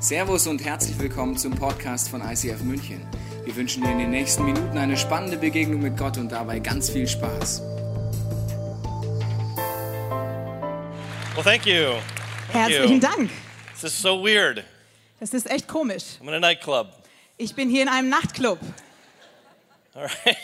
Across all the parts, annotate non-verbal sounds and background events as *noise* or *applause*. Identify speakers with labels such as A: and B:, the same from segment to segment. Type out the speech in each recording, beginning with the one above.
A: Servus und herzlich willkommen zum Podcast von ICF München. Wir wünschen dir in den nächsten Minuten eine spannende Begegnung mit Gott und dabei ganz viel Spaß.
B: Well, thank you. Thank
C: Herzlichen
B: you.
C: Dank.
B: This is so weird.
C: Das ist echt komisch.
B: I'm in a nightclub.
C: Ich bin hier in einem Nachtclub.
B: All right.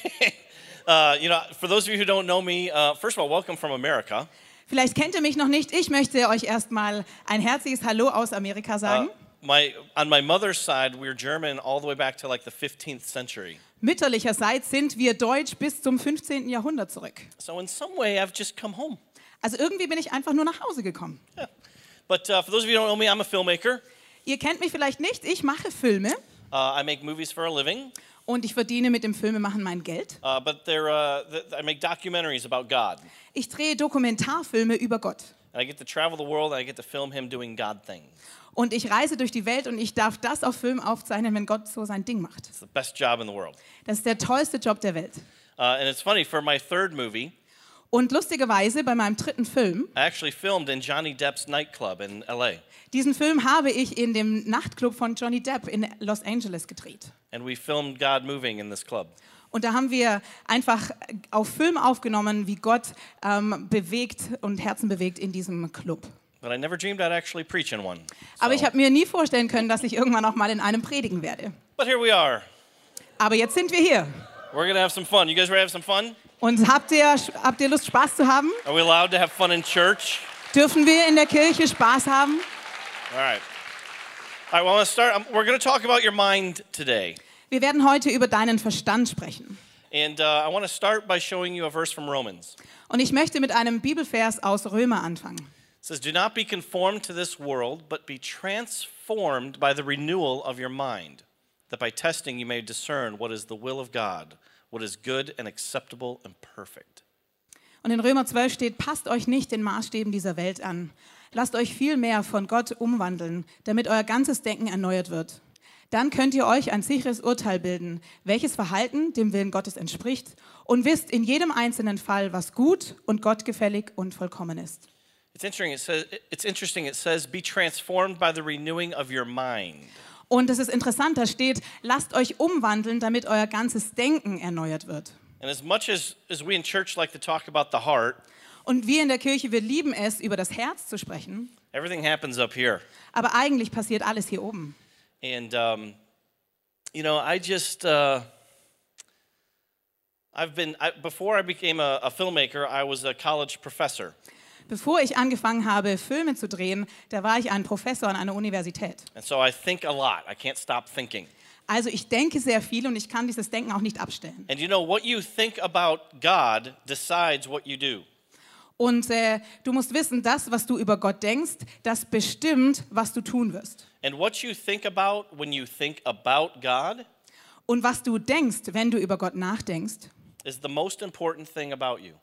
B: Uh, you know, for those of you who don't know me, uh, first of all, welcome from America.
C: Vielleicht kennt ihr mich noch nicht. Ich möchte euch erstmal ein herzliches Hallo aus Amerika
B: Uh,
C: sagen.
B: my, on my mother's side, we're German all the way back to like the 15th century.
C: Mütterlicherseits sind wir deutsch bis zum 15. Jahrhundert zurück.
B: So, in some way, I've just come home.
C: Also irgendwie bin ich einfach nur nach Hause gekommen.
B: Yeah. But uh, for those of you who don't know me, I'm a filmmaker.
C: Ihr kennt mich vielleicht nicht. Ich mache Filme
B: Uh, I make movies for a living,
C: und ich verdiene mit dem Filmemachen mein Geld.
B: uh, but they're, uh, th- I make documentaries about God.
C: Ich drehe Dokumentarfilme über Gott.
B: And I get to travel the world and I get to film Him doing God things.
C: Und ich reise durch die Welt und ich darf das auf Film aufzeichnen, wenn Gott so sein Ding macht.
B: It's the best job in the world.
C: Das ist der tollste Job der Welt.
B: Uh, and it's funny, for my third movie,
C: Und lustigerweise bei meinem dritten Film
B: I actually filmed in Johnny Depp's nightclub in LA.
C: Diesen Film habe ich in dem Nachtclub von Johnny Depp in Los Angeles gedreht.
B: And we filmed God moving in this club.
C: Und da haben wir einfach auf Film aufgenommen, wie Gott ähm, bewegt und Herzen bewegt in diesem Club.
B: But I never dreamed I'd actually preach in one.
C: Aber ich habe mir nie vorstellen können, dass ich irgendwann auch mal in einem predigen werde.
B: But here we are.
C: Aber jetzt sind wir hier.
B: We're going to have some fun. You guys ready to have some fun?
C: Und habt ihr, habt ihr Lust, Spaß zu haben?
B: Are we allowed to have fun in church?
C: Dürfen wir in der Kirche Spaß haben?
B: All right. All right, well, I want to start. um, We're going to talk about your mind today.
C: Wir werden heute über deinen Verstand sprechen.
B: And uh, I want to start by showing you a verse from Romans.
C: Und ich möchte mit einem Bibelvers aus Römer anfangen.
B: It says, Do not be conformed to this world, but be transformed by the renewal of your mind, that by testing you may discern what is the will of God, what is good and acceptable and perfect.
C: Und in Römer 12 steht, passt euch nicht den Maßstäben dieser Welt an. Lasst euch viel mehr von Gott umwandeln, damit euer ganzes Denken erneuert wird. Dann könnt ihr euch ein sicheres Urteil bilden, welches Verhalten dem Willen Gottes entspricht und wisst in jedem einzelnen Fall, was gut und gottgefällig und vollkommen ist.
B: It's interesting. It says it's interesting. It says be transformed by the renewing of your mind.
C: Und es ist interessant, da steht, lasst euch umwandeln, damit euer ganzes Denken erneuert wird.
B: And as much as, as we in church like to talk about the heart,
C: Und wir in der Kirche, wir lieben es, über das Herz zu sprechen,
B: everything happens up here.
C: aber eigentlich passiert alles hier oben.
B: And um, you know, I just uh, I've been I, before I became a, a filmmaker, I was a college professor,
C: Bevor ich angefangen habe, Filme zu drehen, da war ich ein Professor an einer Universität.
B: and so I think a lot. I can't stop thinking.
C: Also ich denke sehr viel und ich kann dieses Denken auch nicht abstellen.
B: And you know, what you think about God decides what you do.
C: Und äh, du musst wissen, das, was du über Gott denkst, das bestimmt, was du tun wirst.
B: And what you think about when you think about God
C: Und was du denkst, wenn du über Gott nachdenkst,
B: is the most important thing about you.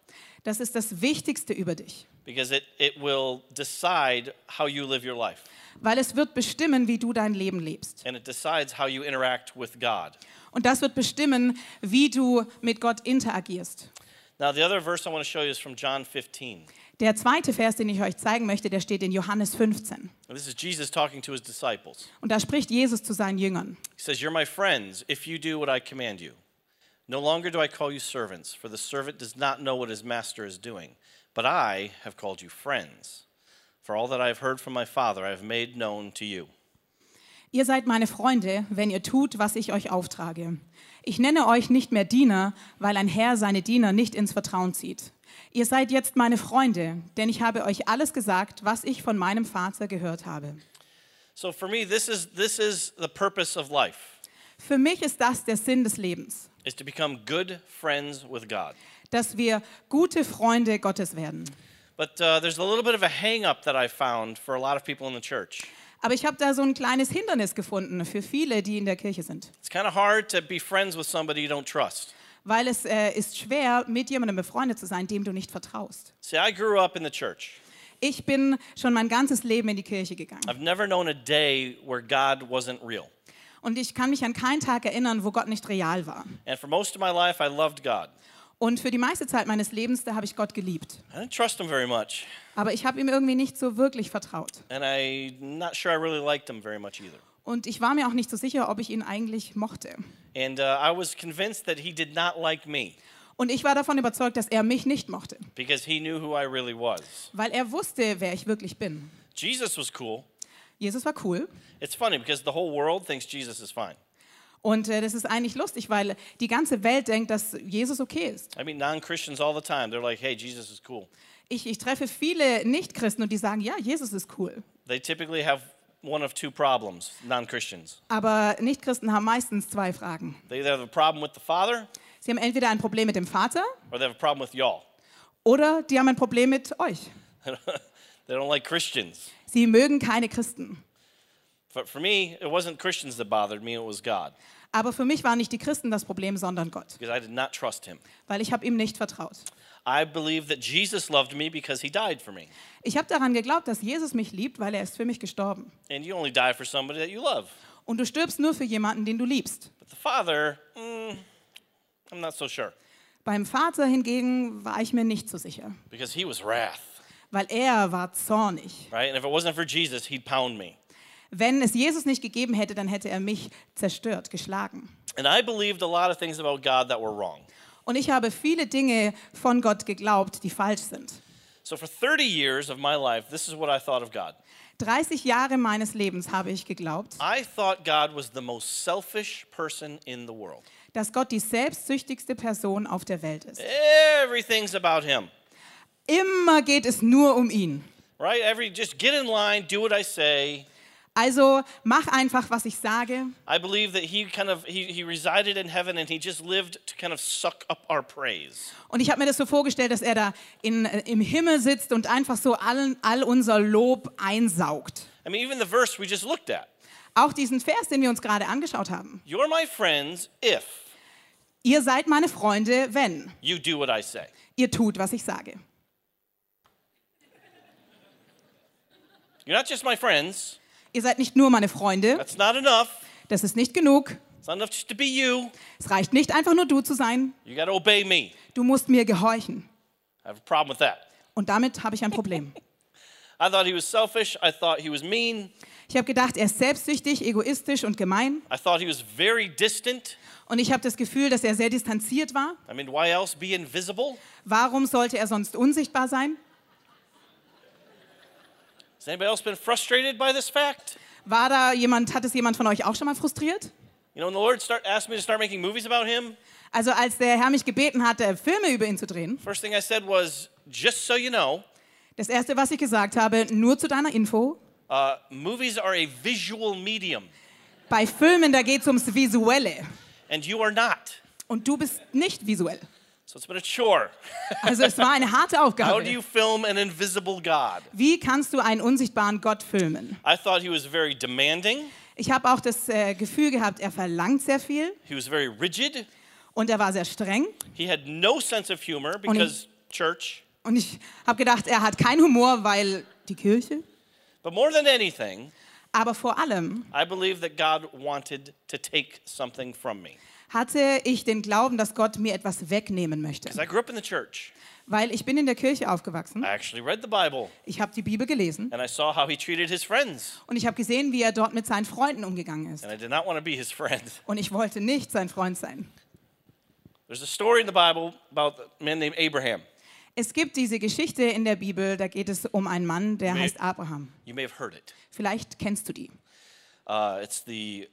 C: das ist das Wichtigste über dich.
B: because it, it will decide how you live your life
C: Weil es wird bestimmen, wie du dein Leben lebst.
B: and it decides how you interact with God.
C: Und das wird bestimmen, wie du mit Gott interagierst.
B: Now, the other verse I want to show you is from John 15.
C: Der zweite Vers, den ich euch zeigen möchte, der steht in Johannes 15.
B: And This is Jesus talking to his disciples.
C: Und da spricht Jesus zu seinen Jüngern.
B: He says, You're my friends if you do what I command you. No longer do I call you servants, for the servant does not know what his master is doing, but I have called you friends. For all that I have heard from my Father, I have made known to you.
C: Ihr seid meine Freunde, wenn ihr tut, was ich euch auftrage. Ich nenne euch nicht mehr Diener, weil ein Herr seine Diener nicht ins Vertrauen zieht. Ihr seid jetzt meine Freunde, denn ich habe euch alles gesagt, was ich von meinem Vater gehört habe.
B: So for me, this is, this is the purpose of life,
C: Für mich ist das der Sinn des Lebens,
B: is to become good friends with God.
C: dass wir gute Freunde Gottes werden.
B: But uh, there's a little bit of a hang up that I found for a lot of people in the church.
C: Aber ich habe da so ein kleines Hindernis gefunden für viele, die in der Kirche sind.
B: It's kind of hard to be friends with somebody you don't trust.
C: Weil es äh, ist schwer, mit jemandem befreundet zu sein, dem du nicht vertraust.
B: See, I grew up in the church.
C: Ich bin schon mein ganzes Leben in die Kirche gegangen.
B: I've never known a day where God wasn't real.
C: Und ich kann mich an keinen Tag erinnern, wo Gott nicht real war.
B: And for most of my life, I loved God.
C: Und für die meiste Zeit meines Lebens, da habe ich Gott geliebt.
B: I didn't trust him very much,
C: Aber ich habe ihm irgendwie nicht so wirklich vertraut.
B: and I'm not sure I really liked him very much either.
C: Und ich war mir auch nicht so sicher, ob ich ihn eigentlich mochte.
B: And uh, I was convinced that he did not like me
C: Und ich war davon überzeugt, dass er mich nicht mochte,
B: because he knew who I really was.
C: weil er wusste, wer ich wirklich bin.
B: Jesus was cool.
C: Jesus war cool.
B: It's funny because the whole world thinks Jesus is fine.
C: Und äh, das ist eigentlich lustig, weil die ganze Welt denkt, dass Jesus okay ist.
B: I meet non Christians all the time. They're like, hey, Jesus is cool.
C: Ich, ich treffe viele Nichtchristen und die sagen, ja, Jesus ist cool.
B: They typically have one of two problems, non Christians.
C: Aber Nichtchristen haben meistens zwei Fragen.
B: They either have a problem with the Father
C: Sie haben entweder ein Problem mit dem Vater
B: or they have a problem with y'all. *laughs*
C: oder die haben ein Problem mit euch.
B: they don't like Christians.
C: Sie mögen keine Christen.
B: But for me, it wasn't Christians that bothered me, it was God
C: Aber für mich waren nicht die Christen das Problem, sondern Gott,
B: because I did not trust him.
C: weil ich habe ihm nicht vertraut.
B: I believe that Jesus loved me because he died for me.
C: Ich habe daran geglaubt, dass Jesus mich liebt, weil er ist für mich gestorben.
B: And you only die for somebody that you love.
C: Und du stirbst nur für jemanden, den du liebst.
B: But the Father, mm, I'm not so sure
C: Beim Vater hingegen war ich mir nicht so sicher,
B: because he was wrath,
C: weil er war zornig.
B: right? And if it wasn't for Jesus, he'd pound me.
C: Wenn es Jesus nicht gegeben hätte, dann hätte er mich zerstört, geschlagen.
B: And I believed a lot of things about God that were wrong.
C: Und ich habe viele Dinge von Gott geglaubt, die falsch sind.
B: So for 30 years of my life, this is what I thought of God.
C: 30 Jahre meines Lebens habe ich geglaubt,
B: I thought God was the most selfish person in the world.
C: dass Gott die selbstsüchtigste Person auf der Welt ist.
B: Everything's about him,
C: Immer geht es nur um ihn.
B: right? Every just get in line, do what I say.
C: Also mach einfach, was ich sage.
B: I believe that he kind of he, he resided in heaven and he just lived to kind of suck up our praise.
C: Und ich habe mir das so vorgestellt, dass er da in, äh, im Himmel sitzt und einfach so all, all unser Lob einsaugt.
B: I mean, even the verse we just looked at.
C: Auch diesen Vers, den wir uns gerade angeschaut haben.
B: You're my friends if
C: Ihr seid meine Freunde, wenn
B: you do what I say.
C: ihr tut, was ich sage.
B: You're not just my friends.
C: Ihr seid nicht nur meine Freunde,
B: That's not enough.
C: das ist nicht genug.
B: It's not enough just to be you.
C: Es reicht nicht einfach nur du zu sein,
B: You got to obey me.
C: du musst mir gehorchen.
B: I have a problem with that.
C: Und damit habe ich ein Problem.
B: I thought he was selfish. I thought he was mean.
C: Ich habe gedacht, er ist selbstsüchtig, egoistisch und gemein.
B: I thought he was very distant.
C: Und ich habe das Gefühl, dass er sehr distanziert war.
B: I mean, why else be invisible?
C: Warum sollte er sonst unsichtbar sein?
B: Has anybody else been frustrated by this fact?
C: War da jemand, hat es jemand von euch auch schon mal frustriert?
B: You know, when the Lord start, asked me to start making movies about him,
C: Also als der Herr mich gebeten hatte, Filme über ihn zu drehen,
B: first thing I said was, just so you know,
C: das Erste, was ich gesagt habe, nur zu deiner Info,
B: uh, movies are a visual medium,
C: bei Filmen, da geht es ums Visuelle.
B: and you are not.
C: Und du bist nicht visuell.
B: So it's been a chore.
C: Also es war eine harte
B: How do you
C: Aufgabe.
B: film an invisible God?
C: Wie kannst du einen unsichtbaren Gott filmen?
B: I thought he was very demanding,
C: Ich habe auch das äh, Gefühl gehabt, er verlangt sehr viel
B: he was very rigid,
C: und er war sehr streng.
B: he had no sense of humor because church.
C: Und ich habe gedacht, er hat keinen Humor, weil die Kirche.
B: But more than anything,
C: Aber vor allem
B: I believe that God wanted to take something from me.
C: hatte ich den Glauben, dass Gott mir etwas wegnehmen möchte.
B: Because I grew up in the church.
C: Weil ich bin in der Kirche aufgewachsen,
B: I actually read the Bible
C: ich habe die Bibel gelesen
B: and I saw how he treated his friends.
C: und ich habe gesehen, wie er dort mit seinen Freunden umgegangen ist.
B: And I did not want to be his friend.
C: Und ich wollte nicht sein Freund sein.
B: There's a story in the Bible about a man named Abraham.
C: Es gibt diese Geschichte in der Bibel, da geht es um einen Mann, der
B: Nee.
C: heißt Abraham.
B: You may have heard it.
C: Vielleicht kennst du die.
B: Uh, it's the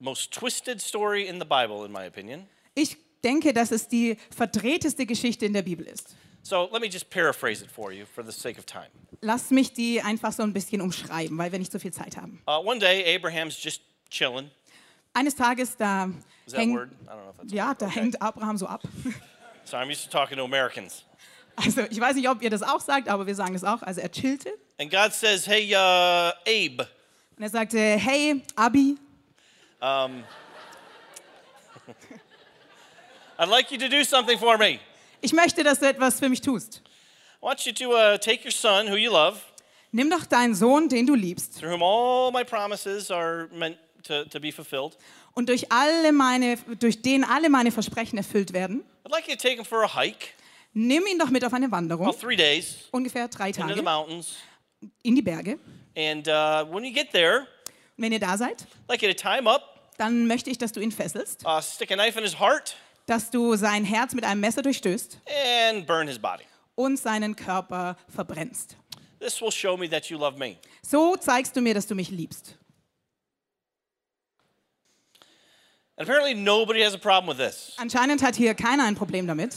B: most twisted story in the Bible, in my opinion.
C: Ich denke, dass es die verdrehteste Geschichte in der Bibel ist.
B: So let me just paraphrase it for you for the sake of time.
C: Lass mich die einfach so ein bisschen umschreiben, weil wir nicht so viel Zeit haben.
B: Uh, one day, Abraham's just chilling.
C: Eines Tages, da,
B: Is that a
C: hängt,
B: word? I don't know if that's a
C: ja,
B: word.
C: da
B: Okay.
C: hängt Abraham so ab. *laughs*
B: So I'm used to talking to Americans.
C: Also ich weiß nicht, ob ihr das auch sagt, aber wir sagen das auch. Also er chillte
B: And God says, Hey, uh, Abe,
C: und er sagte, hey, Abi,
B: um, *laughs* I'd like you to do something for me.
C: ich möchte, dass du etwas für mich tust.
B: I want you to uh, take your son, who you love,
C: Nimm doch deinen Sohn, den du liebst.
B: through whom all my promises are meant to, to be fulfilled.
C: Und durch, alle meine, durch den alle meine Versprechen erfüllt werden,
B: I'd like you to take him for a hike,
C: nimm ihn doch mit auf eine Wanderung,
B: about three days,
C: ungefähr drei
B: into the
C: Tage,
B: mountains.
C: in die Berge.
B: And uh, when you get there,
C: wenn ihr da seid,
B: I'd like you to tie him up,
C: dann möchte ich, dass du ihn fesselst,
B: uh, stick a knife in his heart,
C: dass du sein Herz mit einem Messer durchstößt
B: and burn his body.
C: und seinen Körper verbrennst.
B: This will show me that you love me.
C: So zeigst du mir, dass du mich liebst.
B: And apparently, nobody has a problem with this.
C: Anscheinend hat hier keiner ein Problem damit.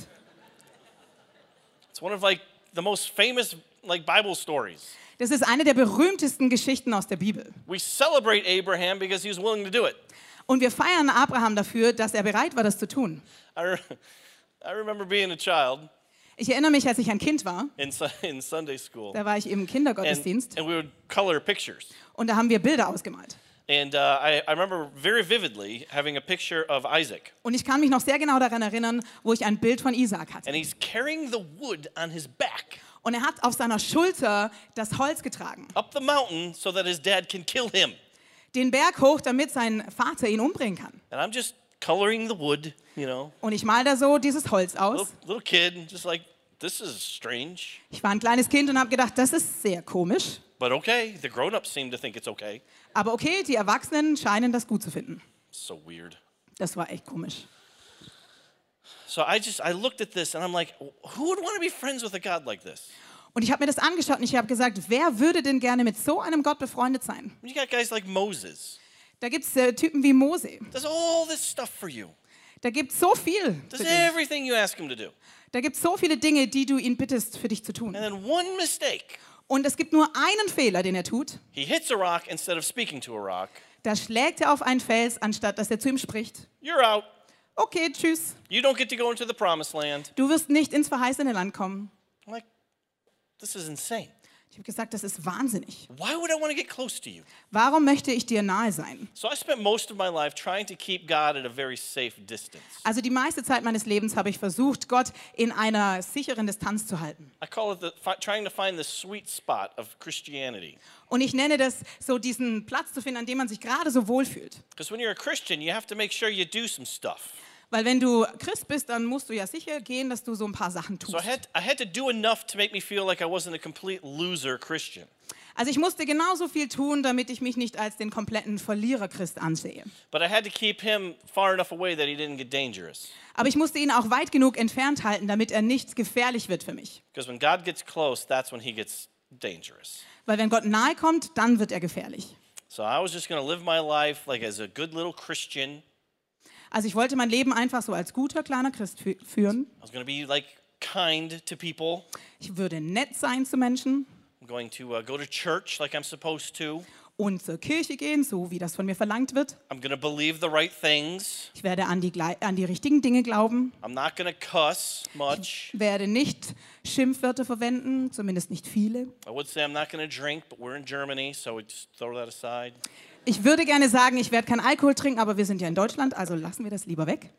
B: It's one of like the most famous like Bible stories.
C: Das ist eine der berühmtesten Geschichten aus der Bibel.
B: We celebrate Abraham because he was willing to do it.
C: Und wir feiern Abraham dafür, dass er bereit war, das zu tun.
B: I, re- *laughs* I remember being a child
C: Ich erinnere mich, als ich ein Kind war,
B: in, Su- in Sunday school,
C: da war ich im
B: and,
C: Kindergottesdienst
B: and we would color pictures.
C: und da haben wir Bilder ausgemalt.
B: And uh, I, I remember very vividly having a picture of Isaac,
C: Und ich kann mich noch sehr genau daran erinnern, wo ich ein Bild von Isaak hatte.
B: and he's carrying the wood on his back
C: Und er hat auf seiner Schulter das Holz getragen,
B: up the mountain so that his dad can kill him.
C: den Berg hoch, damit sein Vater ihn umbringen kann.
B: And I'm just coloring the wood, you know,
C: Und ich mal da so dieses Holz
B: little,
C: aus.
B: little kid, just like, this is strange.
C: Ich war ein kleines Kind und habe gedacht, das ist sehr komisch.
B: But okay, the grown ups seem to think it's okay.
C: Aber okay, die Erwachsenen scheinen das gut zu finden.
B: So weird.
C: Das war echt komisch.
B: So I just I looked at this and I'm like, who would want to be friends with a God like this?
C: Und ich habe mir das angeschaut und ich habe gesagt, wer würde denn gerne mit so einem Gott befreundet sein?
B: You got guys like Moses.
C: Da gibt es äh, Typen wie Mose.
B: Does all this stuff for you.
C: Da gibt es so viel.
B: Does
C: Für dich.
B: everything you ask him to do.
C: Da gibt es so viele Dinge, die du ihn bittest, für dich zu tun.
B: And then one mistake.
C: Und es gibt nur einen Fehler, den er tut.
B: He hits a rock instead of speaking to a rock.
C: Da schlägt er auf einen Fels, anstatt dass er zu ihm spricht.
B: You're out.
C: Okay, tschüss.
B: You don't get to go into the promised land.
C: Du wirst nicht ins verheißene Land kommen.
B: I'm like, this is insane.
C: Ich habe gesagt, das ist wahnsinnig.
B: Why would I want to get close to you?
C: Warum möchte ich dir nahe sein?
B: So I spent most of my life trying to keep God at a very safe distance.
C: Also die meiste Zeit meines Lebens habe ich versucht, Gott in einer sicheren Distanz zu halten.
B: I call it the, fi- trying to find the sweet spot of Christianity.
C: Und ich nenne das so diesen Platz zu finden, an dem man sich gerade so wohlfühlt.
B: Because when you're a Christian, you have to make sure you do some stuff.
C: Weil wenn du Christ bist, dann musst du ja sicher gehen, dass du so ein paar Sachen
B: So I
C: tust.
B: had, I had to do enough to make me feel like I wasn't a complete loser Christian.
C: Also ich musste genauso viel tun, damit ich mich nicht als den kompletten Verlierer Christ ansehe.
B: But I had to keep him far enough away that he didn't get dangerous.
C: Aber ich musste ihn auch weit genug entfernt halten, damit er nicht gefährlich wird für mich.
B: Because when God gets close, that's when he gets dangerous.
C: Weil wenn Gott nahe kommt, dann wird er gefährlich.
B: So I was just going to live my life like as a good little Christian.
C: Also ich wollte mein Leben einfach so als guter kleiner Christ fü führen.
B: I was going to be like kind to people.
C: Ich würde nett sein zu Menschen
B: I'm going to uh, go to church like I'm supposed to.
C: und zur Kirche gehen, so wie das von mir verlangt wird.
B: I'm going to believe the right things.
C: Ich werde an die, glei- an die richtigen Dinge glauben,
B: I'm not going to cuss much.
C: werde nicht Schimpfwörter verwenden, zumindest nicht viele.
B: I would say I'm not going to drink, but we're in Germany, so we just throw that aside.
C: Ich würde gerne sagen, ich werde keinen Alkohol trinken, aber wir sind ja in Deutschland, also lassen wir das lieber weg.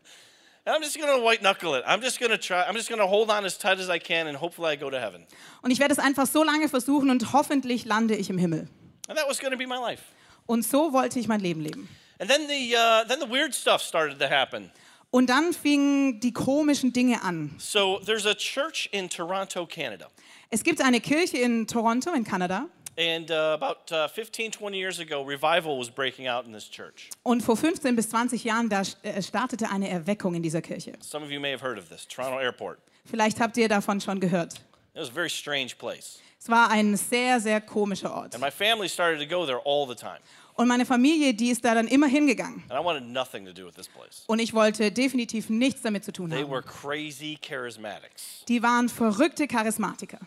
B: And I'm just gonna white knuckle it. I'm just gonna try. I'm just gonna hold on as tight as I can, and hopefully I go to heaven.
C: Und ich werde es einfach so lange versuchen und hoffentlich lande ich im Himmel.
B: And that was gonna be my life.
C: Und so wollte ich mein Leben leben.
B: And then the uh, then the weird stuff started to happen.
C: Und dann fingen die komischen Dinge an.
B: So there's a church in Toronto, Canada,
C: Es gibt eine Kirche in Toronto in Kanada
B: and uh, about uh, 15, 20 years ago, revival was breaking out in this church.
C: und vor 15 bis 20 Jahren da äh, startete eine Erweckung in dieser Kirche.
B: Some of you may have heard of this Toronto Airport.
C: Vielleicht habt ihr davon schon gehört.
B: It was a very strange place,
C: Es war ein sehr, sehr komischer Ort.
B: and my family started to go there all the time.
C: Und meine Familie, die ist da dann immer hingegangen.
B: And I wanted nothing to do with this place.
C: Und ich wollte definitiv nichts damit zu tun
B: They
C: haben.
B: were crazy charismatics.
C: Die waren verrückte Charismatiker.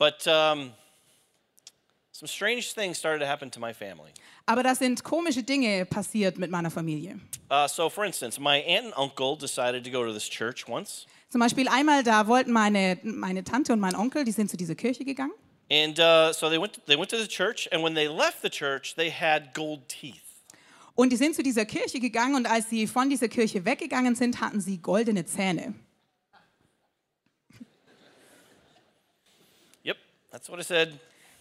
B: But um, some strange things started to happen to my family.
C: Aber da sind komische Dinge passiert mit meiner Familie.
B: Uh, so, for instance, my aunt and uncle decided to go to this church once,
C: Zum Beispiel einmal da wollten meine, meine Tante und mein Onkel, die sind zu dieser Kirche gegangen.
B: and uh, so they went. they went to the church, and when they left the church, they had gold teeth.
C: Und die sind zu dieser Kirche gegangen und als sie von dieser Kirche weggegangen sind, hatten sie goldene Zähne.
B: Yep, that's what I said.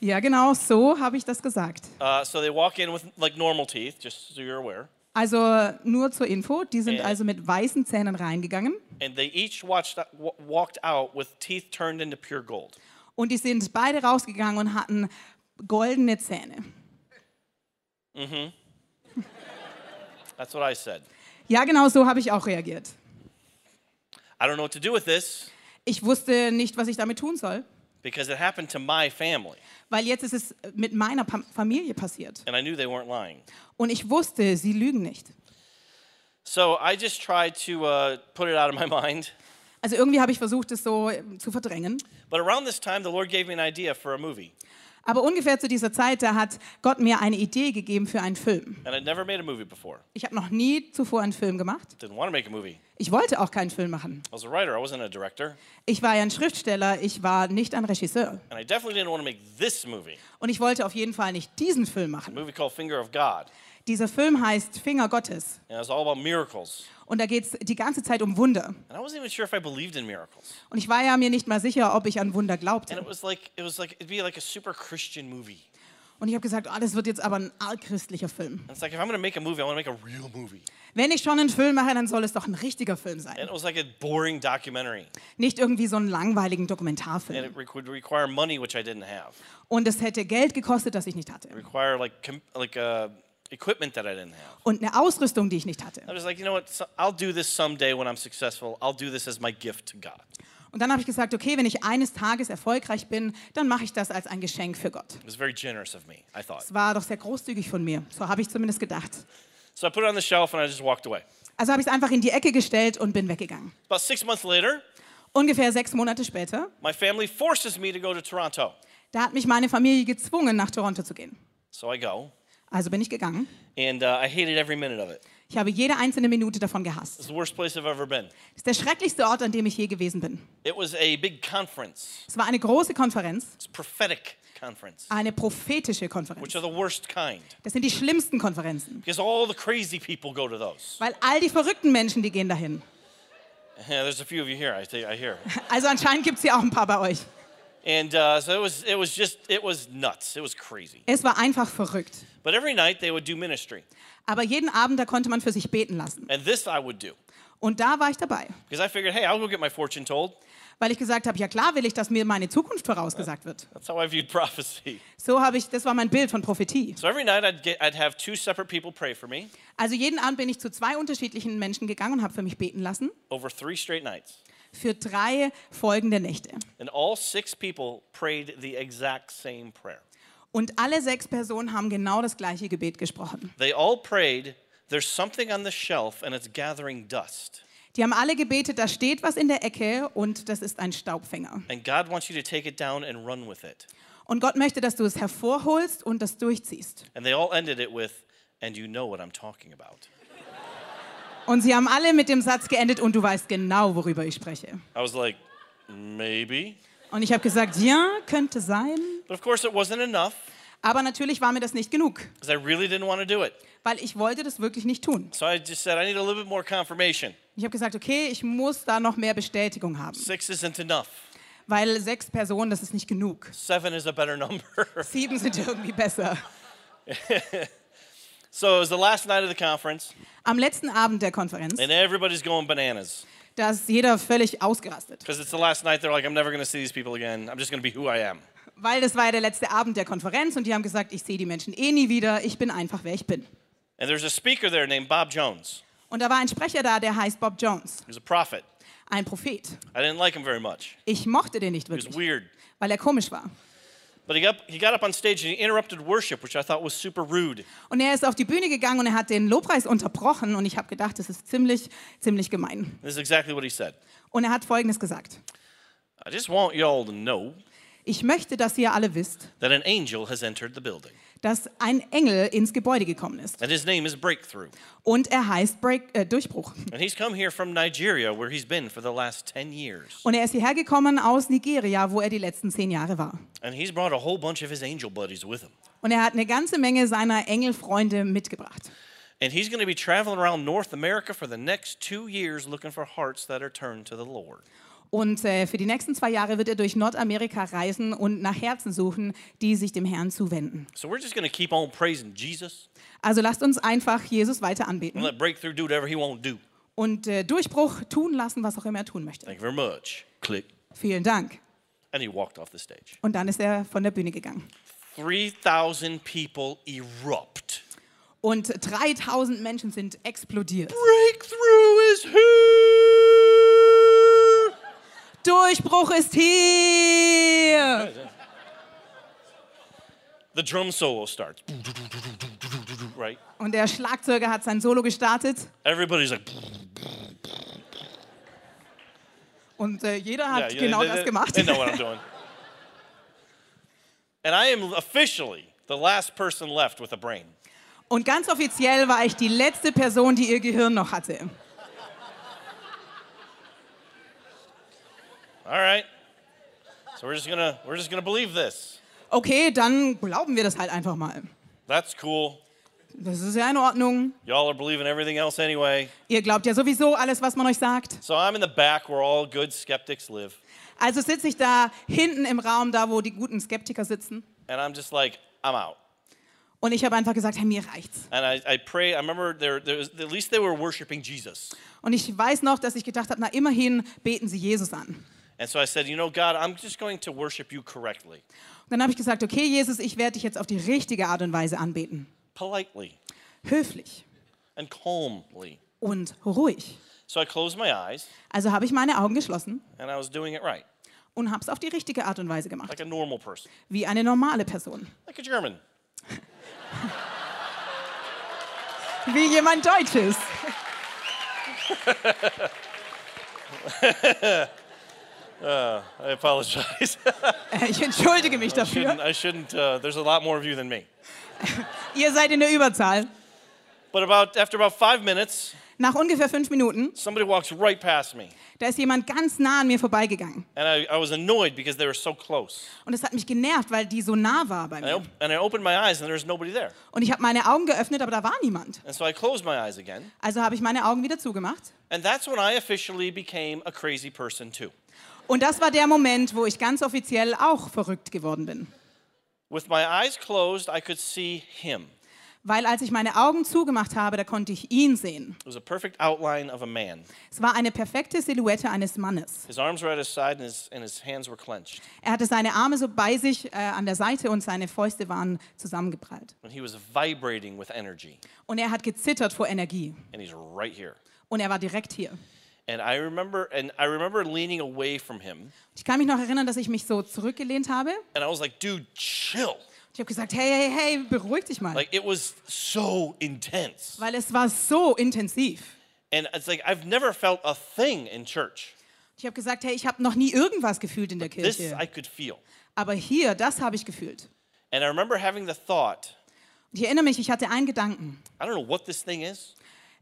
C: Ja, genau, so habe ich das gesagt.
B: Uh, so they walk in with like normal teeth, just so you're aware,
C: Also nur zur Info, die sind
B: Ja.
C: also mit weißen Zähnen reingegangen
B: and they each watched uh, wa- walked out with teeth turned into pure gold.
C: und die sind beide rausgegangen und hatten goldene Zähne.
B: That's what I said.
C: Ja, genau so habe ich auch reagiert.
B: I don't know what to do with this
C: Ich wusste nicht, was ich damit tun soll,
B: because it happened to my family,
C: weil jetzt ist es mit meiner Pam- Familie passiert.
B: and I knew they weren't lying.
C: Und ich wusste, sie lügen nicht.
B: So I just tried to uh, put it out of my *laughs* mind.
C: Also irgendwie habe ich versucht, es so ähm, zu verdrängen.
B: But around this time, the Lord gave me an idea for a movie,
C: Aber ungefähr zu dieser Zeit, da hat Gott mir eine Idee gegeben für einen Film.
B: and I'd never made a movie before.
C: Ich habe noch nie zuvor einen Film gemacht.
B: Didn't want to make a movie.
C: Ich wollte auch keinen Film machen.
B: I was a writer. I wasn't a director,
C: Ich war ja ein Schriftsteller, ich war nicht ein Regisseur.
B: and I definitely didn't want to make this movie.
C: Und ich wollte auf jeden Fall nicht diesen Film
B: A
C: machen.
B: movie called Finger of God,
C: Dieser Film heißt Finger Gottes.
B: and it was all about miracles.
C: Und da geht es die ganze Zeit um Wunder.
B: And I wasn't even sure if I believed in miracles.
C: Und ich war ja mir nicht mal sicher, ob ich an Wunder
B: And it
C: glaubte.
B: was like it was like it'd be like a super Christian movie.
C: Und ich habe gesagt, ah, das wird jetzt aber ein arg christlicher Film.
B: And it's like if I'm gonna make a movie, I want to make a real movie.
C: Wenn ich schon einen Film mache, dann soll es doch ein richtiger Film sein.
B: And it was like a boring documentary,
C: Nicht irgendwie so einen langweiligen
B: and
C: Dokumentarfilm.
B: it re- would require money, which I didn't have.
C: Und es hätte Geld gekostet, das ich nicht hatte.
B: Require like com- like uh, equipment that I didn't have.
C: Und eine Ausrüstung, die ich nicht hatte.
B: I was like, you know what? So- I'll do this someday when I'm successful. I'll do this as my gift to God.
C: Und dann habe ich gesagt, okay, wenn ich eines Tages erfolgreich bin, dann mache ich das als ein Geschenk für Gott.
B: It was very generous of me, I thought.
C: Das war doch sehr großzügig von mir. So habe ich zumindest gedacht.
B: So I put it on the shelf and I just walked away.
C: Also habe ich es einfach in die Ecke gestellt und bin weggegangen.
B: About six months later,
C: Ungefähr sechs Monate später,
B: my family forces me to go to Toronto.
C: da hat mich meine Familie gezwungen, nach Toronto zu gehen.
B: So I go,
C: Also bin ich gegangen.
B: and uh, I hated every minute of it.
C: Ich habe jede einzelne Minute davon gehasst.
B: It's the worst place I've ever been.
C: Das ist der schrecklichste Ort, an dem ich je gewesen bin.
B: It was a big conference.
C: Es war eine große Konferenz,
B: It's a prophetic conference,
C: eine prophetische
B: which
C: Konferenz.
B: are the worst kind
C: Das sind die schlimmsten Konferenzen,
B: because all the crazy people go to those. *laughs*
C: weil all die verrückten Menschen, die gehen dahin.
B: Yeah, there's a few of you here, I, think, I hear.
C: Also anscheinend gibt es hier auch ein paar bei euch.
B: And uh, so it was, it was just, it was nuts. It was crazy.
C: Es war einfach verrückt.
B: But every night they would do ministry.
C: Aber jeden Abend, da konnte man für sich beten lassen.
B: And this I would do
C: Und da war ich dabei,
B: because I figured, hey, I'll go get my fortune told.
C: weil ich gesagt habe, ja klar will ich, dass mir meine Zukunft vorausgesagt wird.
B: That's how I viewed *laughs* prophecy.
C: So habe ich, das war mein Bild von Prophetie.
B: So every night I'd, get, I'd have two separate people pray for me
C: Also jeden Abend bin ich zu zwei unterschiedlichen Menschen gegangen und habe für mich beten lassen
B: over three straight nights.
C: für drei folgende Nächte.
B: And all six people prayed the exact same prayer.
C: Und alle sechs Personen haben genau das gleiche Gebet gesprochen.
B: They all prayed, there's something on the shelf and it's gathering dust.
C: Die haben alle gebetet, da steht was in der Ecke und das ist ein Staubfänger.
B: And God wants you to take it down and run with it.
C: Und Gott möchte, dass du es hervorholst und das durchziehst.
B: And they all ended it with, and you know what I'm talking about.
C: Und sie haben alle mit dem Satz geendet und du weißt genau, worüber ich spreche.
B: I was like, maybe.
C: Und ich habe gesagt, ja, könnte sein.
B: But of course, it wasn't enough
C: Aber natürlich war mir das nicht genug,
B: because I really didn't want to do it.
C: weil ich wollte das wirklich nicht tun.
B: So I just said, I need a little bit more confirmation.
C: Ich habe gesagt, okay, ich muss da noch mehr Bestätigung haben,
B: Six isn't enough,
C: weil sechs Personen, das ist nicht genug.
B: seven is a better *laughs* number.
C: Sieben sind *laughs* irgendwie besser.
B: so it was the last night of the conference,
C: Am letzten Abend der Konferenz,
B: and everybody's going bananas
C: da ist jeder völlig ausgerastet,
B: because it's the last night. They're like, I'm never going to see these people again. I'm just going to be who I am.
C: weil das war ja der letzte Abend der Konferenz und die haben gesagt, ich sehe die Menschen eh nie wieder, ich bin einfach, wer ich bin.
B: And there's a speaker there named Bob Jones.
C: Und da war ein Sprecher da, der heißt Bob Jones,
B: He was a prophet.
C: ein Prophet.
B: I didn't like him very much.
C: Ich mochte den nicht
B: He was
C: wirklich,
B: weird.
C: weil er komisch war.
B: But he got, he got up on stage and he interrupted worship, which I thought was super rude.
C: Und er ist auf die Bühne gegangen und er hat den Lobpreis unterbrochen und ich habe gedacht, das ist ziemlich, ziemlich gemein.
B: This is exactly what he said.
C: Und er hat Folgendes gesagt.
B: I just want y'all to know
C: Ich möchte, dass ihr alle wisst,
B: that an angel has entered the building,
C: dass ein Engel ins Gebäude gekommen ist.
B: and his name is Breakthrough.
C: Und er heißt Break, äh, Durchbruch.
B: And he's come here from Nigeria, where he's been for the last 10 years.
C: Und er ist hierher gekommen aus Nigeria, wo er die letzten zehn Jahre war.
B: And he's brought a whole bunch of his angel buddies with him.
C: Und er hat eine ganze Menge seiner Engelfreunde mitgebracht.
B: And he's going to be traveling around North America for the next two years looking for hearts that are turned to the Lord.
C: Und äh, für die nächsten zwei Jahre wird er durch Nordamerika reisen und nach Herzen suchen, die sich dem Herrn zuwenden.
B: So we're just going to keep on praising Jesus
C: Also lasst uns einfach Jesus weiter
B: and
C: anbeten
B: let Breakthrough do whatever he won't do.
C: und äh, Durchbruch tun lassen, was auch immer er tun möchte.
B: Thank you very much. Click.
C: Vielen Dank.
B: And he walked off the stage.
C: Und dann ist er von der Bühne gegangen.
B: 3,000 people erupt.
C: Und 3000 Menschen sind explodiert.
B: Breakthrough is here.
C: Durchbruch ist hier!
B: The drum solo starts. *laughs* Right?
C: Und der Schlagzeuger hat sein Solo gestartet
B: Everybody's like,
C: und äh, jeder hat
B: Yeah, you-
C: genau
B: they-
C: das
B: they-
C: gemacht.
B: They know what I'm doing. and I am officially the last person left with a brain.
C: Und ganz offiziell war ich die letzte Person, die ihr Gehirn noch hatte.
B: All right. So we're just gonna we're just gonna believe this.
C: Okay, dann glauben wir das halt einfach mal.
B: That's cool.
C: Das ist ja in Ordnung.
B: Y'all are believing everything else anyway.
C: Ihr glaubt ja sowieso alles, was man euch sagt.
B: So I'm in the back where all good skeptics live,
C: Also sitze ich da hinten im Raum, da wo die guten Skeptiker sitzen.
B: and I'm just like, I'm out.
C: Und ich habe einfach gesagt, hey, mir reicht's.
B: And I, I pray. I remember there, there was, at least they were worshiping Jesus.
C: Und ich weiß noch, dass ich gedacht habe, na immerhin beten sie Jesus an. Und
B: And so I said, you know, God, I'm just going to worship you correctly,
C: dann habe ich gesagt, okay, Jesus, ich werde dich jetzt auf die richtige Art und Weise anbeten.
B: politely
C: Höflich
B: and calmly.
C: und ruhig.
B: So I closed my eyes
C: Also habe ich meine Augen geschlossen
B: and I was doing it right,
C: und habe es auf die richtige Art und Weise gemacht,
B: like a normal person,
C: wie eine normale Person,
B: like a German.
C: wie jemand Deutsches.
B: I apologize. *laughs*
C: Äh, Ich entschuldige mich
B: shouldn't,
C: dafür.
B: I shouldn't. Uh, there's a lot more of you than me.
C: Ihr seid in der Überzahl.
B: But about after about five minutes,
C: Nach ungefähr fünf Minuten,
B: somebody walks right past me,
C: da ist jemand ganz nah an mir vorbeigegangen.
B: and I, I was annoyed because they were so close.
C: Und es hat mich genervt, weil die so nah war bei
B: And I,
C: mir.
B: op- and I opened my eyes, and there was nobody there.
C: Und ich habe meine Augen geöffnet, aber da war niemand.
B: And so I closed my eyes again,
C: Also habe ich meine Augen wieder zugemacht.
B: and that's when I officially became a crazy person too,
C: Und das war der Moment, wo ich ganz offiziell auch verrückt geworden bin.
B: with my eyes closed. I could see him.
C: Weil als ich meine Augen zugemacht habe, da konnte ich ihn sehen.
B: It was a perfect outline of a man.
C: Es war eine perfekte Silhouette eines Mannes.
B: His arms were at his side, and his, and his hands were clenched.
C: Er hatte seine Arme so bei sich äh, an der Seite und seine Fäuste waren zusammengeprallt.
B: And he was vibrating with energy,
C: Und er hat gezittert vor Energie.
B: and he's right here.
C: Und er war direkt hier.
B: And I remember, and I remember leaning away from him,
C: Ich kann mich noch erinnern, dass ich mich so zurückgelehnt habe.
B: and I was like, "Dude, chill."
C: Ich habe gesagt, hey, hey, hey, beruhig dich mal.
B: Like it was so intense.
C: Weil es war so intensiv.
B: And it's like I've never felt a thing in church.
C: Ich habe gesagt, hey, ich habe noch nie irgendwas gefühlt in der
B: This
C: Kirche.
B: I could feel.
C: Aber hier, das habe ich gefühlt.
B: And I remember having the thought,
C: Und ich erinnere mich, ich hatte einen Gedanken.
B: I don't know what this thing is,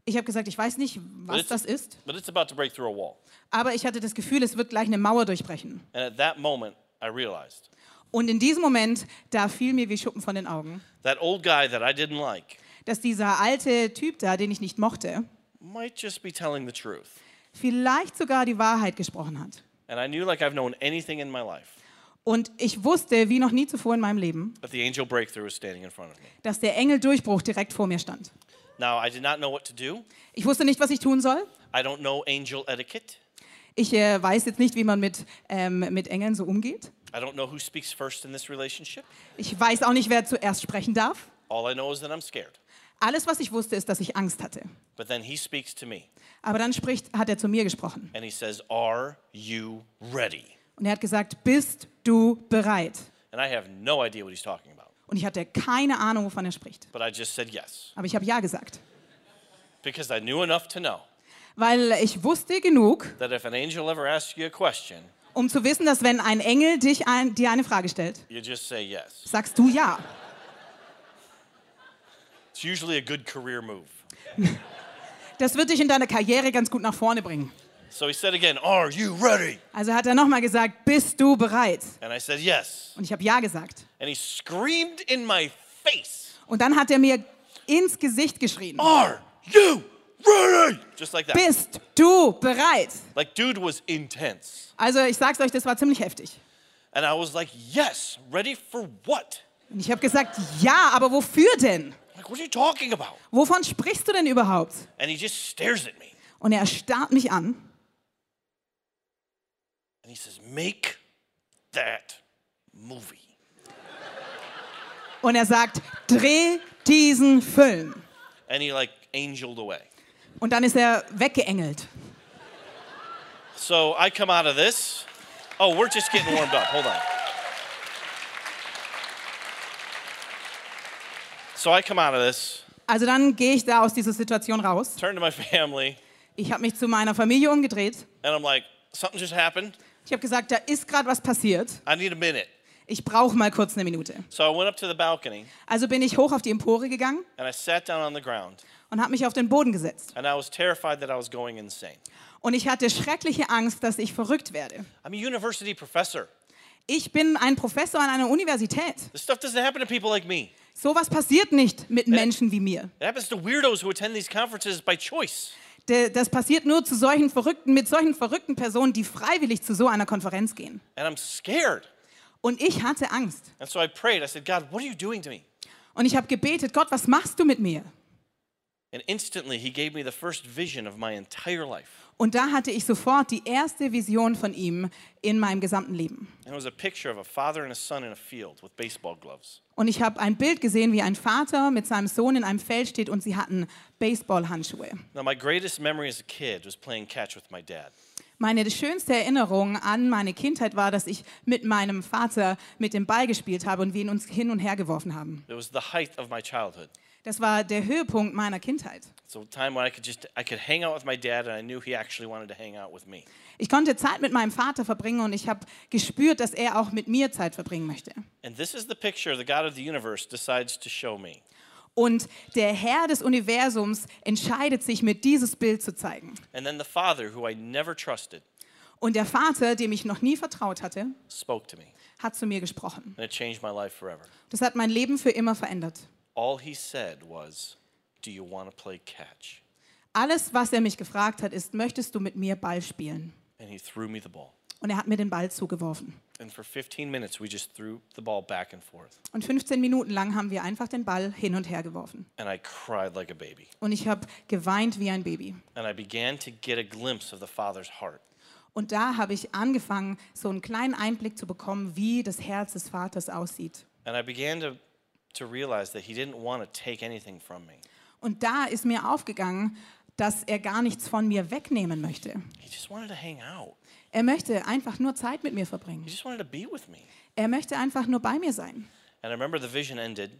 C: Ich habe gesagt, ich weiß nicht, was
B: Willst du-
C: das ist,
B: but it's about to break through a wall.
C: aber ich hatte das Gefühl, es wird gleich eine Mauer durchbrechen.
B: And at that moment, I realized
C: Und in diesem Moment, da fiel mir wie Schuppen von den Augen,
B: that old guy that I didn't like
C: dass dieser alte Typ da, den ich nicht mochte,
B: might just be telling the truth.
C: vielleicht sogar die Wahrheit gesprochen hat.
B: And I knew like I've known anything in my life
C: Und ich wusste, wie noch nie zuvor in meinem Leben,
B: that the angel breakthrough was standing in front of me.
C: dass der Engel Durchbruch direkt vor mir stand.
B: Now, I did not know what to do.
C: Ich wusste nicht, was ich tun soll.
B: I don't know angel etiquette.
C: Ich äh, weiß jetzt nicht, wie man mit, ähm, mit Engeln so umgeht.
B: I don't know who speaks first in this relationship.
C: Ich weiß auch nicht, wer zuerst sprechen darf.
B: All I know is that I'm scared.
C: Alles, was ich wusste, ist, dass ich Angst hatte.
B: But then he speaks to me.
C: Aber dann spricht, hat er zu mir gesprochen.
B: and he says, Are you ready?
C: Und er hat gesagt, bist du bereit?
B: And I have no idea what he's talking about,
C: Und ich hatte keine Ahnung, wovon er spricht.
B: but I just said yes
C: Aber ich habe ja gesagt.
B: because I knew enough to know
C: Weil ich wusste genug,
B: that if an angel ever asks you a question,
C: um zu wissen, dass wenn ein Engel dich ein, dir eine Frage stellt,
B: you just say yes.
C: sagst du ja.
B: It's usually a good career move.
C: Das wird dich in deiner Karriere ganz gut nach vorne bringen.
B: So he said again, Are you ready?
C: Also hat er nochmal gesagt, bist du bereit?
B: And I said, Yes.
C: Und ich habe ja gesagt.
B: And he screamed in my face,
C: Und dann hat er mir ins Gesicht geschrien.
B: Are you ready? Just like that.
C: Bist du bereit?
B: Like, dude was intense.
C: Also ich sag's euch, das war ziemlich heftig.
B: And I was like, Yes, ready for what?
C: Und ich habe gesagt, ja, aber wofür denn?
B: Like, what are you talking about?
C: Wovon sprichst du denn überhaupt?
B: And he just stares at me.
C: Und er starrt mich an
B: And he says, Make that movie.
C: und er sagt, dreh diesen Film.
B: and he like angeled away.
C: Und dann ist er weggeengelt.
B: So I come out of this. Oh, we're just getting warmed up. Hold on. So I come out of this,
C: Also dann gehe ich da aus dieser Situation raus.
B: turn to my *laughs* family,
C: Ich habe mich zu meiner Familie umgedreht.
B: and I'm like, something just happened.
C: Ich habe gesagt, da ist gerade was passiert.
B: I need a minute.
C: Ich brauche mal kurz eine Minute.
B: So I went up to the balcony
C: Also bin ich hoch auf die Empore gegangen
B: and I sat down on the ground,
C: und habe mich auf den Boden gesetzt.
B: and I was terrified that I was going insane.
C: Und ich hatte schreckliche Angst, dass ich verrückt werde.
B: I'm a university professor.
C: Ich bin ein Professor an einer Universität.
B: This stuff doesn't happen to people like me.
C: Sowas passiert nicht mit Menschen wie mir.
B: It happens to weirdos who attend these conferences by choice.
C: D- Das passiert nur zu solchen verrückten, mit solchen verrückten Personen, die freiwillig zu so einer Konferenz gehen.
B: And I'm scared.
C: Und ich hatte Angst.
B: And so I prayed. I said, God, what are you doing to me?
C: Und ich habe gebetet, Gott, was machst du mit mir?
B: And instantly, he gave me the first vision of my entire life.
C: Und da hatte ich sofort die erste Vision von ihm in meinem gesamten Leben.
B: And it was a picture of a father and a son in a field with baseball gloves.
C: Und ich habe ein Bild gesehen, wie ein Vater mit seinem Sohn in einem Feld steht und sie hatten Baseballhandschuhe.
B: Now, my greatest memory as a kid was playing catch with my dad.
C: Meine schönste Erinnerung an meine Kindheit war, dass ich mit meinem Vater mit dem Ball gespielt habe und wir ihn uns hin und her geworfen haben.
B: It was the height of my childhood.
C: Das war der Höhepunkt meiner Kindheit.
B: It's a time when I could just I could hang out with my dad, and I knew he actually wanted to hang out with me.
C: Ich konnte Zeit mit meinem Vater verbringen und ich habe gespürt, dass er auch mit mir Zeit verbringen möchte.
B: And this is the picture the God of the universe decides to show me.
C: Und der Herr des Universums entscheidet sich, mir dieses Bild zu zeigen.
B: And then the father, who I never trusted,
C: Und der Vater, dem ich noch nie vertraut hatte,
B: spoke to me,
C: hat zu mir gesprochen.
B: and it changed my life forever.
C: Das hat mein Leben für immer verändert.
B: All he said was, "Do you want to play catch?"
C: Alles, was er mich gefragt hat, ist, möchtest du mit mir Ball spielen?
B: And he threw me the ball.
C: Und er hat mir den Ball zugeworfen.
B: And for 15 minutes, we just threw the ball back and forth.
C: Und 15 Minuten lang haben wir einfach den Ball hin und her geworfen.
B: And I cried like a baby.
C: Und ich habe geweint wie ein Baby.
B: And I began to get a glimpse of the Father's heart.
C: Und da habe ich angefangen, so einen kleinen Einblick zu bekommen, wie das Herz des Vaters aussieht.
B: And I began to, to realize that He didn't want to take anything from me,
C: Und da ist mir aufgegangen, dass er gar nichts von mir wegnehmen möchte.
B: He just wanted to hang out.
C: Er möchte einfach nur Zeit mit mir verbringen.
B: He just wanted to be with me.
C: Er möchte einfach nur bei mir sein.
B: And I remember the vision ended,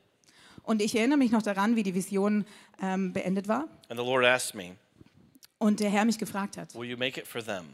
C: Und ich erinnere mich noch daran, wie die Vision ähm, beendet war
B: and the Lord asked me,
C: und der Herr mich gefragt hat,
B: Will you make it for them?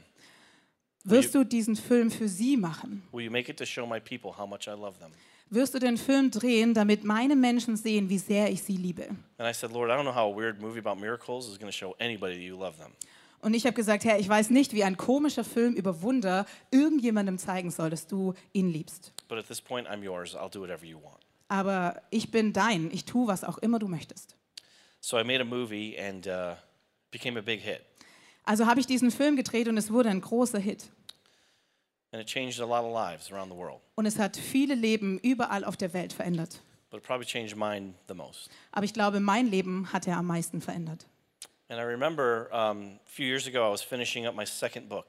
C: wirst du diesen Film für sie machen?
B: Will you make it to show my people how much I love them?
C: Wirst du den Film drehen, damit meine Menschen sehen, wie sehr ich sie liebe?
B: And I said, Lord, I don't know how a weird movie about miracles is going to show anybody that you love them.
C: Und ich habe gesagt, Herr, ich weiß nicht, wie ein komischer Film über Wunder irgendjemandem zeigen soll, dass du ihn liebst.
B: But at this point, I'm yours. I'll do whatever you want.
C: Aber ich bin dein, ich tue, was auch immer du möchtest.
B: So I made a movie and uh, became a big hit.
C: Also habe ich diesen Film gedreht und es wurde ein großer Hit.
B: And it changed a lot of lives around the world.
C: Und es hat viele Leben überall auf der Welt verändert.
B: But it probably changed mine the most.
C: Aber ich glaube, mein Leben hat er am meisten verändert.
B: And I remember um, a few years ago, I was finishing up my second book.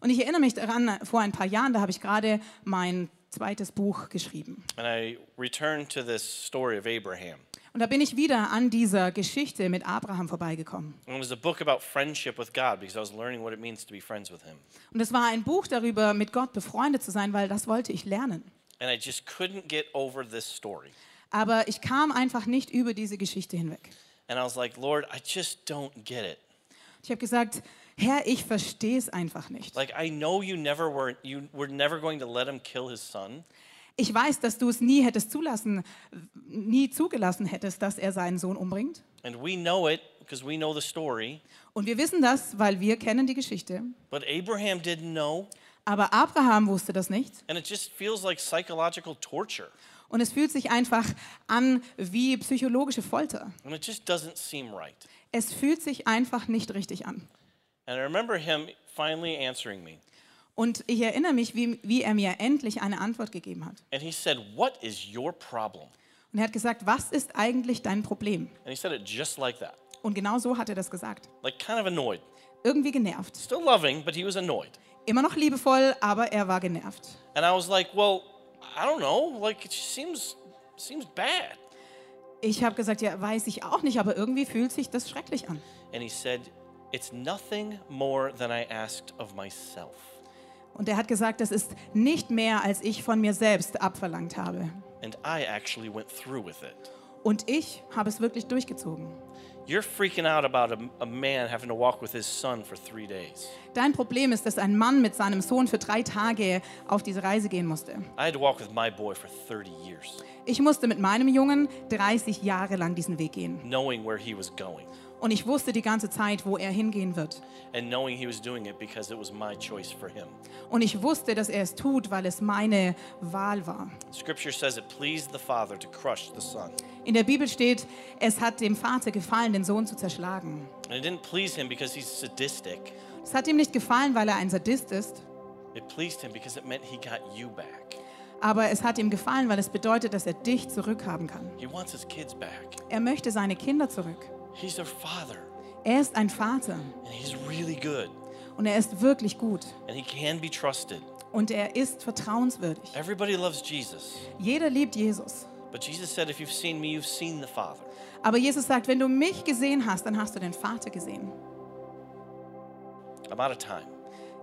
C: Und ich erinnere mich daran, vor ein paar Jahren, da habe ich gerade mein zweites Buch geschrieben.
B: And I returned to this story of Abraham.
C: Und da bin ich wieder an dieser Geschichte mit Abraham vorbeigekommen.
B: And it was a book about friendship with God because I was learning what it means to be friends with Him.
C: Und es war ein Buch darüber, mit Gott befreundet zu sein, weil das wollte ich lernen.
B: And I just couldn't get over this story.
C: Aber ich kam einfach nicht über diese Geschichte hinweg.
B: And I was like, Lord, I just don't get it.
C: Ich habe gesagt, Herr, ich verstehe es einfach nicht.
B: Like, I know you never were, you were never going to let him kill his son.
C: Ich weiß, dass du es nie hättest zulassen, nie zugelassen hättest, dass er seinen Sohn umbringt.
B: And we know it because we know the story.
C: Und wir wissen das, weil wir kennen die Geschichte.
B: But Abraham didn't know.
C: Aber Abraham wusste das nicht.
B: And it just feels like psychological torture.
C: Und es fühlt sich einfach an wie psychologische Folter.
B: And it just doesn't seem right.
C: Es fühlt sich einfach nicht richtig an.
B: And I remember him finally answering me.
C: Und ich erinnere mich, wie, wie er mir endlich eine Antwort gegeben hat.
B: And he said, What is your problem?
C: Und er hat gesagt, was ist eigentlich dein Problem?
B: And he said it just like that.
C: Und genau so hat er das gesagt.
B: Like, kind of annoyed.
C: Irgendwie genervt.
B: Still loving, but he was annoyed.
C: Immer noch liebevoll, aber er war genervt.
B: And I was like, Well, I don't know. Like, it just seems, seems bad.
C: Ich habe gesagt, ja, weiß ich auch nicht, aber irgendwie fühlt sich das schrecklich an.
B: And he said, It's nothing more than I asked of myself.
C: Und er hat gesagt, das ist nicht mehr, als ich von mir selbst abverlangt habe.
B: And I actually went through with it.
C: Und ich habe es wirklich durchgezogen.
B: You're freaking out about a, a man having to walk with his son for three days.
C: Dein Problem ist, dass ein Mann mit seinem Sohn für drei Tage auf diese Reise gehen musste.
B: I had to walk with my boy for 30 years,
C: Ich musste mit meinem Jungen 30 Jahre lang diesen Weg gehen.
B: knowing where he was going
C: Und ich wusste die ganze Zeit, wo er hingehen wird.
B: and knowing he was doing it because it was my choice for him.
C: Und ich wusste, dass er es tut, weil es meine Wahl war.
B: Scripture says it pleased the father to crush the son.
C: In der Bibel steht, es hat dem Vater gefallen, den Sohn zu zerschlagen.
B: And it didn't please him because he's sadistic.
C: Es hat ihm nicht gefallen, weil er ein Sadist ist,
B: It pleased him because it meant he got you back.
C: aber es hat ihm gefallen, weil es bedeutet, dass er dich zurückhaben kann.
B: He wants his kids back.
C: Er möchte seine Kinder zurück.
B: He's their father,
C: Er ist ein Vater
B: and he's really good,
C: und er ist wirklich gut
B: and he can be trusted.
C: und er ist vertrauenswürdig.
B: Everybody loves Jesus,
C: Jeder liebt Jesus.
B: but Jesus said, If you've seen me, you've seen the Father.
C: Aber Jesus sagt, wenn du mich gesehen hast, dann hast du den Vater gesehen.
B: I'm out of time.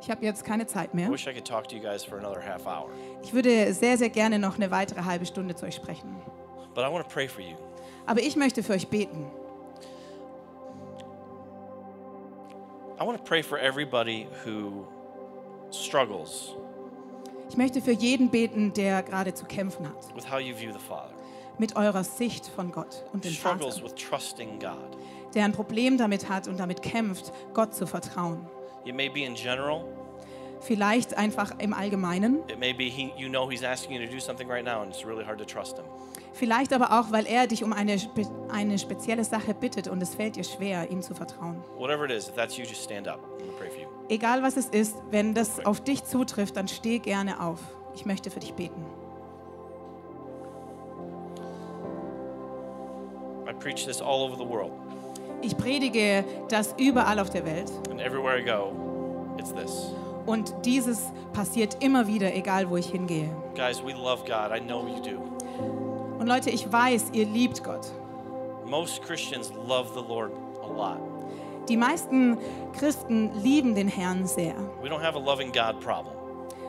C: Ich habe jetzt keine Zeit
B: I
C: mehr.
B: wish I could talk to you guys for another half hour,
C: Ich würde sehr, sehr gerne noch eine weitere halbe Stunde zu euch sprechen.
B: but I want to pray for you.
C: Aber ich möchte für euch beten.
B: I want to pray for everybody who struggles
C: Ich möchte für jeden beten, der gerade zu kämpfen hat.
B: with how you view the Father,
C: mit eurer Sicht von Gott und dem
B: struggles
C: Vater,
B: with trusting God.
C: der ein Problem damit hat und damit kämpft, Gott zu vertrauen.
B: It may be in general,
C: Vielleicht einfach im Allgemeinen,
B: it may be he, you know He's asking you to do something right now, and it's really hard to trust Him.
C: vielleicht aber auch, weil er dich um eine, spe eine spezielle Sache bittet und es fällt dir schwer, ihm zu vertrauen.
B: Whatever it is, if that's you, just stand up. I'm going to pray for you.
C: Egal was es ist, wenn das auf dich zutrifft, dann steh gerne auf. Ich möchte für dich beten.
B: I preach this all over the world,
C: Ich predige das überall auf der Welt
B: and everywhere I go, it's this.
C: und dieses passiert immer wieder, egal wo ich hingehe.
B: Guys, we love God. I know you do.
C: Und Leute, ich weiß, ihr liebt Gott.
B: Most Christians love the Lord a lot.
C: Die meisten Christen lieben den Herrn sehr.
B: We don't have a loving God problem.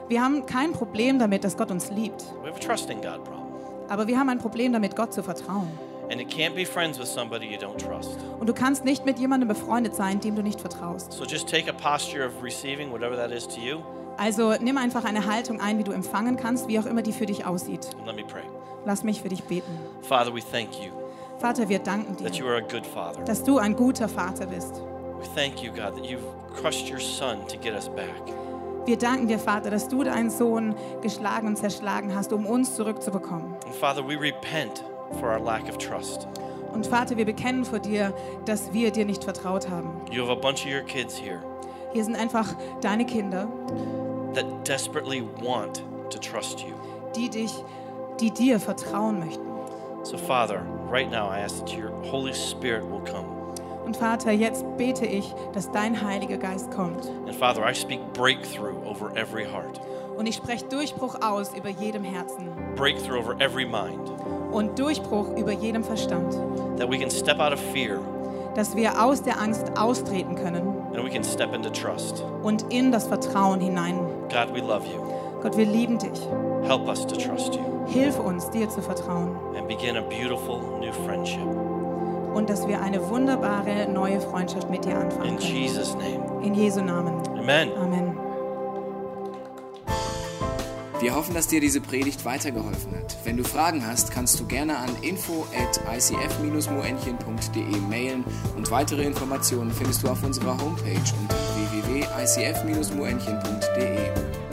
C: Wir haben kein Problem damit, dass Gott uns liebt,
B: We have a trusting God problem.
C: aber wir haben ein Problem damit, Gott zu vertrauen.
B: And you can't be friends with somebody you don't trust.
C: Und du kannst nicht mit jemandem befreundet sein, dem du nicht vertraust.
B: So just take a posture of receiving whatever that is to you,
C: Also nimm einfach eine Haltung ein, wie du empfangen kannst, wie auch immer die für dich aussieht.
B: and let me pray.
C: Lass mich für dich beten.
B: Father, we thank you
C: Vater, wir danken
B: that you
C: dir,
B: are a good father.
C: dass du ein guter Vater bist.
B: We thank you, God, that you've crushed your son to get us back.
C: Wir danken dir, Vater, dass du deinen Sohn geschlagen und zerschlagen hast, um uns zurückzubekommen.
B: And Father, we repent for our lack of trust.
C: Und Vater, wir bekennen vor dir, dass wir dir nicht vertraut haben.
B: You have a bunch of your kids here
C: Hier sind einfach deine Kinder,
B: that desperately want to trust you.
C: die dich, die dir vertrauen möchten.
B: So, Father, right now I ask that your Holy Spirit will come.
C: Und Vater, jetzt bete ich, dass dein Heiliger Geist kommt.
B: And Father, I speak breakthrough over every heart,
C: Und ich spreche Durchbruch aus über jedem Herzen
B: breakthrough over every mind,
C: und Durchbruch über jedem Verstand,
B: that we can step out of fear
C: dass wir aus der Angst austreten können
B: and we can step into trust.
C: und in das Vertrauen hinein.
B: God, we love you.
C: Gott, wir lieben dich.
B: Help us to trust you
C: Hilf uns, dir zu vertrauen
B: and begin a beautiful new friendship.
C: und dass wir eine wunderbare neue Freundschaft mit dir anfangen.
B: In
C: Können.
B: Jesus' name.
C: In Jesu Namen.
B: Amen.
C: Amen.
A: Wir hoffen, dass dir diese Predigt weitergeholfen hat. Wenn du Fragen hast, kannst du gerne an info at icf-moenchen.de E mailen und weitere Informationen findest du auf unserer Homepage unter www.icf-moenchen.de.